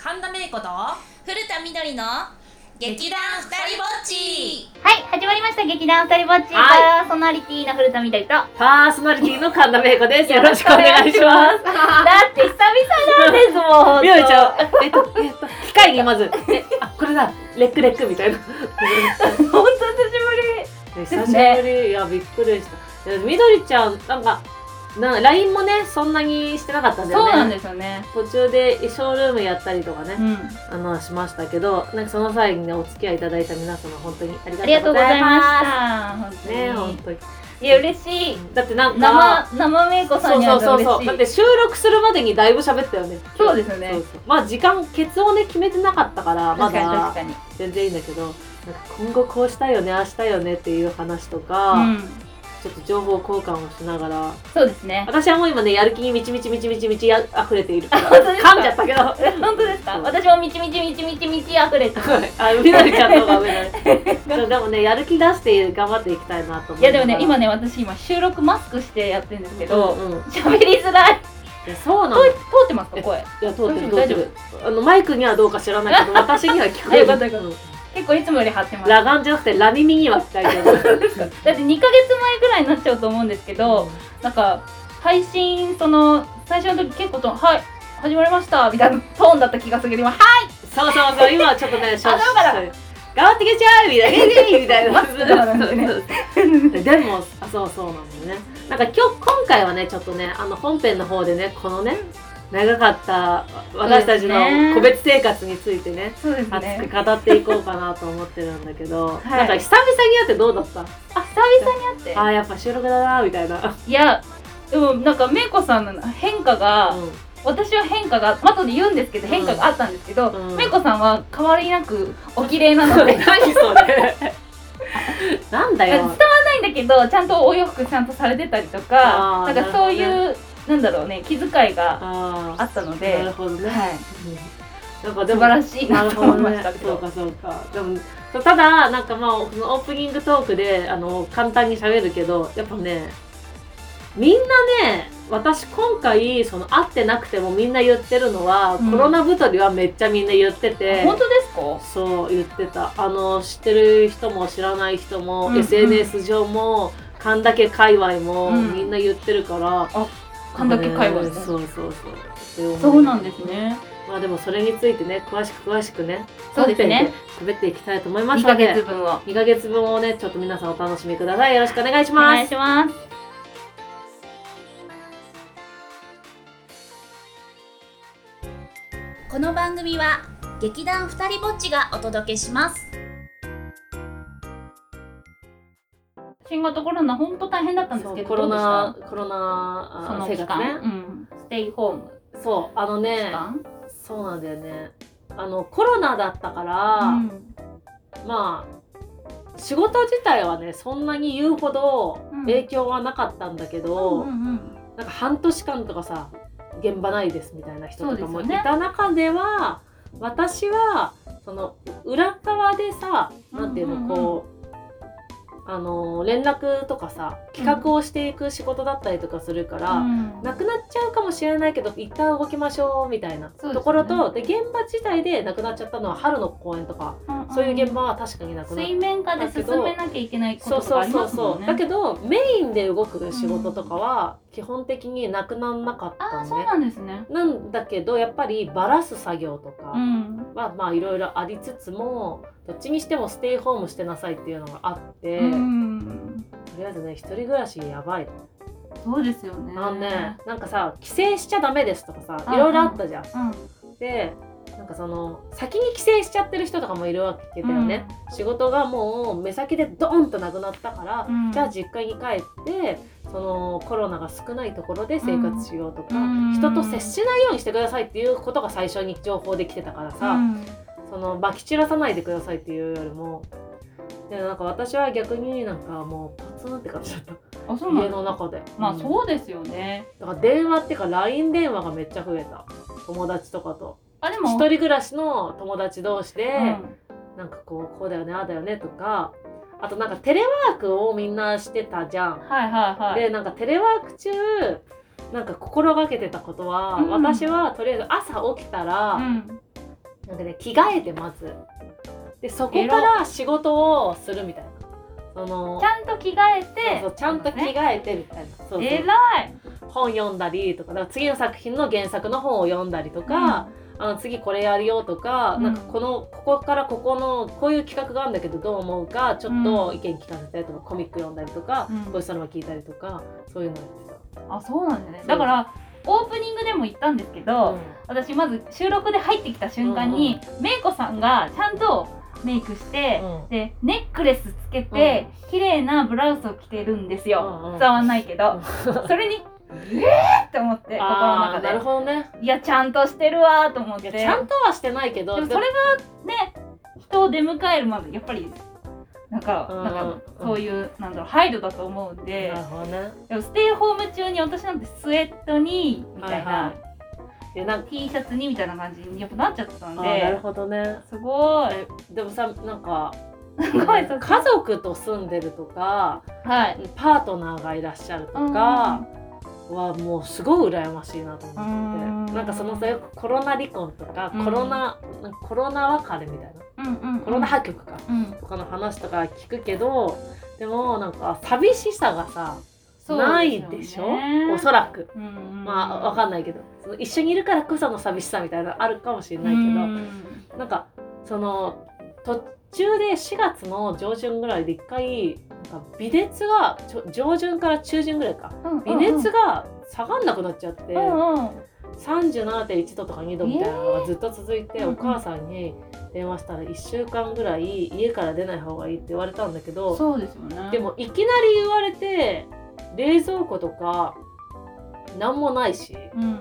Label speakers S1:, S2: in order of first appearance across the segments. S1: 神田芽衣子と
S2: 古田みどりの劇団ふたりぼっち
S3: はい、始まりました劇団二人ぼっち、
S4: は
S3: パーソナリティの古田みどりと。だ
S4: パーソナリティの神田芽子です。よろしくお願いします。
S3: って久々なんです もん。
S4: みおりちゃ
S3: ん。
S4: ん、えっと、えっと、機械にまず、え、あ、これだ、レックレックみたいな。
S3: 本当久し
S4: 久しぶり、いや、びっくりした。みどりちゃん、なんか、な、ラインもね、そんなにしてなかったん
S3: ぶり。
S4: だよね。
S3: ですよね。
S4: 途中でショールームやったりとかね、
S3: うん。
S4: あのしましたけど、なんかその際にねお付き合いいただいた皆様本当にあ
S3: あ
S4: り
S3: りが
S4: がと
S3: と
S4: う
S3: うご
S4: ござ
S3: ざ
S4: い
S3: い
S4: ま。
S3: ますした。本当に
S4: ね、本当に。
S3: いや嬉しい。
S4: だってなんか
S3: 生生めいこさん
S4: そう
S3: に
S4: そ
S3: 会
S4: う
S3: うと
S4: そう
S3: 嬉
S4: そう。
S3: し
S4: だっ
S3: い。
S4: て収録するまでにだいぶ喋ったよね。
S3: そうですよね
S4: そうそうまあ時間ケツをね決めてなかったからま
S3: 確かに確
S4: だ
S3: かに。
S4: 全然いいんだけどなんか今後こうしたいよねああしたいよねっていう話とか、
S3: うん。
S4: ちょっと情報交換をしながら
S3: そうですね。
S4: 私はもう今ねやる気にみちみちみちみちみちあ溢れているから
S3: 本当ですか
S4: 噛んじゃったけど
S3: 本当ですか。
S4: そう
S3: 私もみちみちみちみちみち溢れてます。
S4: あみどりちゃんの方が上だねそうでもねやる気出して頑張っていきたいなと思
S3: いやでもね今
S4: ね
S3: ね私今収録マスクしてやってるんですけ
S4: うん
S3: ど
S4: うん
S3: 喋りづらい。
S4: いやそうなの
S3: 通
S4: い
S3: 通ってますか声。
S4: や通ってる通っ
S3: 大
S4: て
S3: 丈夫
S4: るあのマイクにはどうか知らないけど私には聞こ
S3: あ
S4: え
S3: よかったよか
S4: る
S3: っ
S4: うん
S3: 結構いつもより張ってます。
S4: 裸眼じゃなくてラ耳には聞こえてる
S3: だって2ヶ月前ぐらいになっちゃうと思うんですけど、なんか配信その最初の時結構と「はい始まりました」みたいなトーンだった気がするけど今「はい
S4: そうそうそう、今はちょっとね、しょ
S3: あだから
S4: そう頑張ってきちゃうみたいな、イェイイェイみたいな。でも、あそうそうなんだよね。なんか今日、今回はね、ちょっとね、あの本編の方でね、このね、長かった私たち
S3: そうです
S4: の
S3: ね
S4: 個別生活についてね、」
S3: そうです
S4: 熱
S3: ね
S4: く語っていこうかなと思ってるんだけど、
S3: い
S4: なんか久々に会ってどうだった
S3: あ久々に会って
S4: ああ、やっぱ収録だなみたいな。
S3: いやでもなんかめいこさんの変化が、
S4: う
S3: 私は変化が後で言うんですけど変化があったんですけど、
S4: うん
S3: めいこさんは変わりなくお綺麗なの で
S4: ん何それ なんだ
S3: 伝わ
S4: よ
S3: ん。ないんだけどちゃんとお洋服ちゃんとされてたりとかな
S4: あー
S3: んかそういうなんだろうね気遣いが
S4: あ
S3: あ
S4: あ、
S3: ったの
S4: な
S3: で
S4: る、ほどね。
S3: はい、
S4: なんかで
S3: 素
S4: も
S3: 晴らしい
S4: な
S3: な
S4: る
S3: と
S4: ほど
S3: 思いま
S4: ね
S3: したけ。ど
S4: そうかそうか。でもそうただなんかまあそのオープニングトークであの簡単に喋るけど、やっぱねみんなね私今回その会ってなくてもみんな言ってるのは、
S3: うん
S4: コロナ太りはめっちゃみんな言ってて。
S3: 本当ですか
S4: そう言ってたあの知ってる人も知らない人も、
S3: うんうん
S4: SNS 上も神田家界隈も、
S3: うん
S4: みんな言ってるから
S3: あ神田家界隈
S4: ね
S3: ね
S4: そうそうそう
S3: そうなんですすね。
S4: まあでもそれについてね詳しく詳しくね
S3: そうですね
S4: 本編で喋っていきたいと思います
S3: 2
S4: の
S3: ヶ
S4: で
S3: 月分を。
S4: 2ヶ月分をねちょっと皆さんお楽しみくださいよろしくお願いし
S3: お
S4: ま
S3: 願い
S4: す
S3: します。
S2: この番組は劇団ふたりぼっちがお届けします
S3: 新型コロナ本当大変だったんです
S4: そ
S3: け
S4: う
S3: ど、
S4: コロナ
S3: どうで
S4: コロ
S3: した
S4: ナ
S3: そ
S4: あ
S3: の
S4: 生
S3: 期
S4: 活
S3: 間、
S4: ね
S3: うん、ステイホーム
S4: そうあの
S3: 期
S4: ね
S3: 間、
S4: そうなんだよねあのコロナだったから、
S3: うん
S4: まあ仕事自体はねそんなに言うほど
S3: うん
S4: 影響はなかったんだけど、
S3: うんうん
S4: なんか半年間とかさ現場ないですみたいな人とか
S3: そ
S4: も
S3: うで
S4: い
S3: すよね
S4: た中では私はその裏側でさなんていうの、
S3: うんうんうん
S4: こう。あの連絡とかさ企画をしていく仕事だったりとかするから、
S3: うん
S4: なくなっちゃうかもしれないけど一旦動きましょうみたい
S3: そ
S4: な
S3: うですね
S4: ところとで,、現場自体でなくなっちゃったのは春の公演とか、
S3: んん
S4: そういう現場は確かになくなっ
S3: 水面下で進めなきゃいけないこ
S4: そう
S3: とが
S4: そ
S3: あ
S4: う
S3: り
S4: そ
S3: ま
S4: う
S3: す
S4: そ
S3: も
S4: う、
S3: ん
S4: だ
S3: ね。
S4: けどメインで動く仕事とかは基本的になくなんなかった
S3: ああ、
S4: の
S3: そう
S4: ね、
S3: なんですね。
S4: なんだけどやっぱりバラす作業とか
S3: うん。
S4: はまあいろいろありつつもどっちにしてもステイホームしてなさいっていうのがあって、
S3: うん
S4: とりあえずね一人暮らしやばい
S3: そうですよね。
S4: あのね、なんかさ帰省しちゃダメですとかさ
S3: うん
S4: いろいろあったじゃん。
S3: うん。
S4: でなんかその先に帰省しちゃってる人とかもいるわけだよね、仕事がもう目先でドーンとなくなったから、
S3: うん
S4: じゃあ実家に帰ってそのコロナが少ないところで生活しようとか、
S3: うん
S4: 人と接しないようにしてくださいっていうことが最初に情報できてたからさ、
S3: うん。
S4: そのまき散らさないでくださいっていうよりもでなんか私は逆になんかもうパツンって感じだった
S3: あ、そうな
S4: 家
S3: んだ。
S4: の中で、
S3: まあ、
S4: ん
S3: そうですよね。
S4: だから電話っていうか LINE 電話がめっちゃ増えた友達とかと
S3: あ、でも。
S4: 一人暮らしの友達同士で、
S3: うん
S4: なんかこうこうだよねああだよねとかあとなんかテレワークをみんなしてたじゃん。
S3: はいはいはい。
S4: でなんかテレワーク中なんか心がけてたことは、
S3: うん
S4: 私はとりあえず朝起きたら、
S3: うん
S4: なんかね着替えてまずでそこから仕事をするみたいなその
S3: ちゃんと着替えて
S4: そうちゃんと
S3: え
S4: 着替えてみたいなそうそう
S3: えらい
S4: 本読んだりとかだから次の作品の原作の本を読んだりとか、あの次これやるよとか,、
S3: うん
S4: なんかこのここからここのこういう企画があるんだけどどう思うかちょっと意見聞かせたりとか、コミック読んだりとか、
S3: うん
S4: ごちそうさま聞いたりとかそういうのやって
S3: あそうなんだよね
S4: そう
S3: だからオープニングでも言ったんですけ
S4: た、
S3: ど、私まず収録で入ってきた瞬間に、メイコさんがちゃんとメイクして、
S4: うん
S3: でネックレスつけて、綺麗なブラウスを着てるんですよ、
S4: うんうん
S3: 伝わんないけど、そ れにえーって思って心の
S4: あ
S3: 中
S4: ーなる
S3: で
S4: ほどね
S3: いやちゃんとしてるわーと思っ
S4: い
S3: て
S4: やちゃんとはしてないけど
S3: でもそれがね人を出迎えるまでやっぱりなんか
S4: うん
S3: なんかそういうなんだろう配慮だと思うんで
S4: でもなるほどね
S3: でもステイホーム中に私なんてスウェットにみたいな、
S4: はいでなんか
S3: T シャツにみたいな感じにやっぱなっちゃってたん
S4: あーなる
S3: で
S4: ほどね
S3: すごい
S4: えでもさなんか
S3: す ごいそう
S4: 家族と住んでるとか
S3: はい
S4: パートナーがいらっしゃるとかはもうすごい羨ましいなと思って
S3: うん
S4: てなんかそのさよくコロナ離婚とか
S3: うん
S4: コロナ、なんかコロナ別れみたいな
S3: うんうんうん
S4: コロナ破局か、
S3: うん
S4: とかの話とか聞くけどでもなんか寂しさがさ、
S3: そうすよね
S4: ないでしょおそらく。
S3: うんうん
S4: まあわかんないけどその一緒にいるからこその寂しさみたいなのあるかもしれないけど、
S3: うん
S4: なんかその途中で4月の上旬ぐらいで一回なんか微熱がちょ上旬から中旬ぐらいか
S3: うんうん
S4: 微熱が下がんなくなっちゃって、
S3: うんうん
S4: 37.1度とか2度みたいなのがずっと続いて、
S3: えー
S4: お母さんに電話したら1週間ぐらい家から出ない方がいいって言われたんだけど
S3: そうですよね
S4: でもいきなり言われて冷蔵庫とか何もないし
S3: うん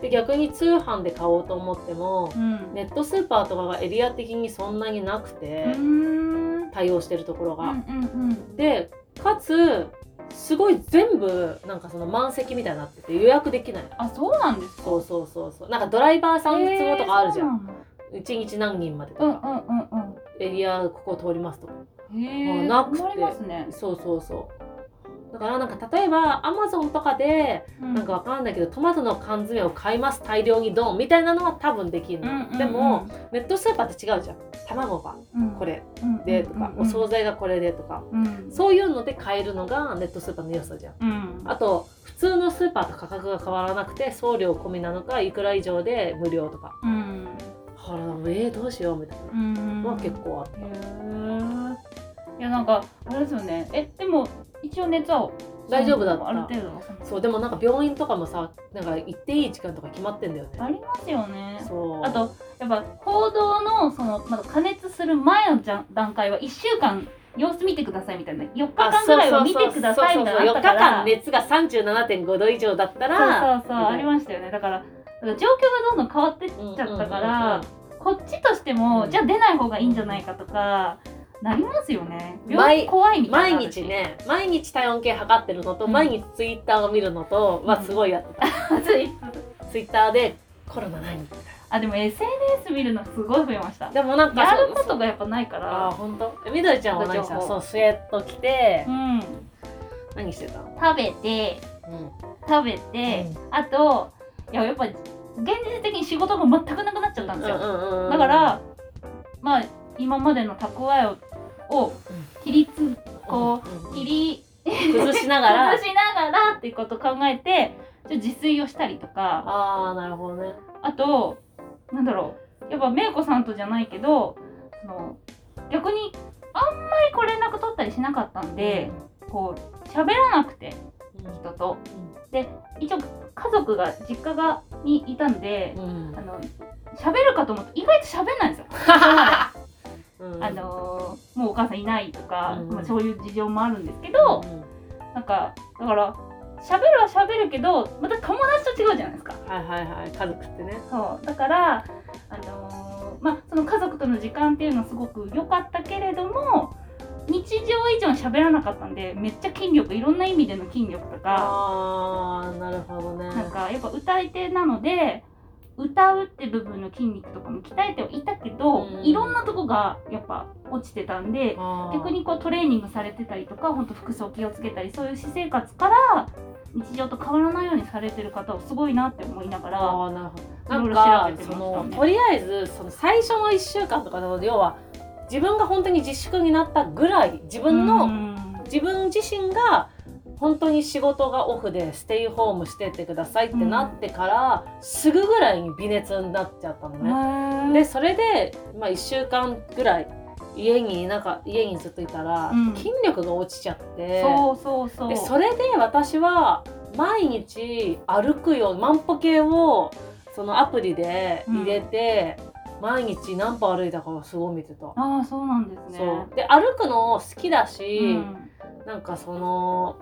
S4: で逆に通販で買おうと思っても
S3: うん
S4: ネットスーパーとかがエリア的にそんなになくて
S3: う、ーん
S4: 対応してるところが。
S3: うんうんうん
S4: でかつすごい全部なんかその満席みたいになってて予約できない
S3: あそうなんですか
S4: そうそうそうそうなんかドライバーさんの都合とかあるじゃん、
S3: ん。
S4: 一日何人までと
S3: うんうん
S4: か、
S3: うん
S4: エリアここ通りますとか
S3: うん。へえ。
S4: もうなくて
S3: 困りますね。
S4: そうそうそうだからなんか例えばアマゾンとかで
S3: な
S4: なんかわかんないけどトマトの缶詰を買います大量にドンみたいなのは多分できるの、でも、ネットスーパーって違うじゃん卵がこれでとか、お惣
S3: 菜。
S4: 菜がこれでとか
S3: うん
S4: そういうので買えるのがネットスーパーの良さじゃん
S3: うん。
S4: あと普通のスーパーと価格が変わらなくて送料込みなのかいくら以上で無料とか
S3: うん。
S4: あらえー、どうしようみたい
S3: うん。
S4: なのは結構あった、
S3: へえ。いやなんかあれですよね。えでも一応熱は
S4: 大丈夫だった
S3: ある程度は収まる
S4: そうでもなんか病院とかもさなんか行っていい時間とか決まってんだよね
S3: ありますよね。
S4: そう
S3: あとやっぱ行動のそのまだ加熱する前のじゃん段階は一週間様子見てくださいみたいな4日間ぐらいは見てくださいみたいなのあったから
S4: 4日間熱が37.5度以上だったら
S3: そうそうそうありましたよねだからだから状況がどんどん変わってっちゃったから、こっちとしても、
S4: うん
S3: じゃあ出ない方がいいんじゃないかとかなりますよね病
S4: 毎
S3: 気怖いみたい
S4: 毎
S3: な
S4: 日ね毎日体温計測ってるのと、
S3: うん
S4: 毎日ツイッターを見るのとはすごいやってた、
S3: 暑い
S4: ツイッターでコロナない みたい
S3: あでも SNS 見るのすごい増えました
S4: なでもなんか
S3: や
S4: そう
S3: ることがやっぱないか
S4: ああ
S3: ら
S4: 本当。えみどりちゃんは何し
S3: 情
S4: たの
S3: 報
S4: そうスウェット着て
S3: うん
S4: 何してたの？
S3: 食べて食べて、あといややっぱ現実的に仕事が全くなくなっちゃったんですよ、だからまあ今までの蓄えをを切りつこ
S4: う
S3: 切り
S4: 崩しながら
S3: 崩しながらっていうことを考えてちょっと自炊をしたりとか
S4: ああなるほどね。
S3: あとなんだろうやっぱめいこさんとじゃないけどその逆にあんまりこう連絡取ったりしなかったんで、こう喋らなくて人と一応家族が実家がにいたんで
S4: う、ん
S3: あの喋るかと思って意外と喋んないんですよ。
S4: うん
S3: あのーもうお母さんいないとか、
S4: うん
S3: まあ、そういう事情もあるんですけど、
S4: うん
S3: なんかだから喋るは喋るけどまた友達と違うじゃないですか。
S4: はいはいはい家族ってね。
S3: そうだから、あのーまあ、その家族との時間っていうのはすごく良かったけれども日常以上に喋らなかったんでめっちゃ筋力いろんな意味での筋力とか
S4: ああなるほどね。
S3: なんかやっぱ歌い手なので歌うって部分の筋肉とかも鍛えてはいたけど、
S4: うん
S3: いろんなとこがやっぱ落ちてたんで
S4: あー
S3: 逆にこうトレーニングされてたりとか本当服装気をつけたりそういう私生活から日常と変わらないようにされてる方をすごいなって思いながら
S4: あーなるほど。なん
S3: いろいろ調べて
S4: か
S3: まし
S4: そ
S3: たね
S4: のとりあえずその最初の1週間とかの要は自分が本当に自粛になったぐらい自分の、
S3: うん
S4: 自分自身が本当に仕事がオフでステイホームしてってくださいってなってから、すぐぐらいに微熱になっちゃったのね。でそれで、まあ、1週間ぐらい家になんか家にずっといたら、
S3: うん
S4: 筋力が落ちちゃって
S3: そうそうそう
S4: でそれで私は毎日歩くよう万歩計をそのアプリで入れて、毎日何歩歩いたかをすごい見てた。
S3: ああそうなんですね
S4: そうで歩くの好きだし、
S3: うん
S4: なんかその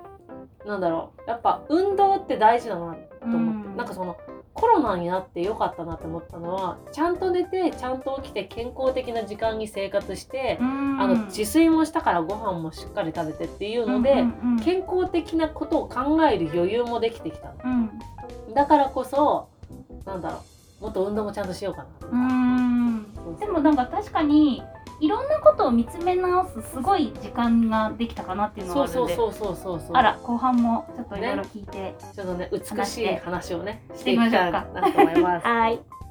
S4: なんだろうやっぱ運動って大事だなと思って、
S3: うん
S4: なんかそのコロナになってよかったなって思ったのはちゃんと寝てちゃんと起きて健康的な時間に生活して、
S3: うん
S4: あの自炊もしたからご飯もしっかり食べてっていうので、
S3: うんうんうん
S4: 健康的なことを考える余裕もできてきたの
S3: うん
S4: だからこそなんだろうもっと運動もちゃんとしようかなと
S3: う
S4: か、
S3: ん
S4: そうそう
S3: でもなんか確かにいろんなことを見つめ直すすごい時間ができたかなっていうのが
S4: そ
S3: あ
S4: う
S3: る
S4: そ
S3: の
S4: う
S3: で
S4: そうそうそうそう
S3: あら後半もちょっといろいろ聞いて、
S4: ちょっとね美しい話をねしてて
S3: い
S4: い
S3: きま
S4: き
S3: しょ
S4: た
S3: う
S4: い
S3: か
S4: なと思いま す
S3: はい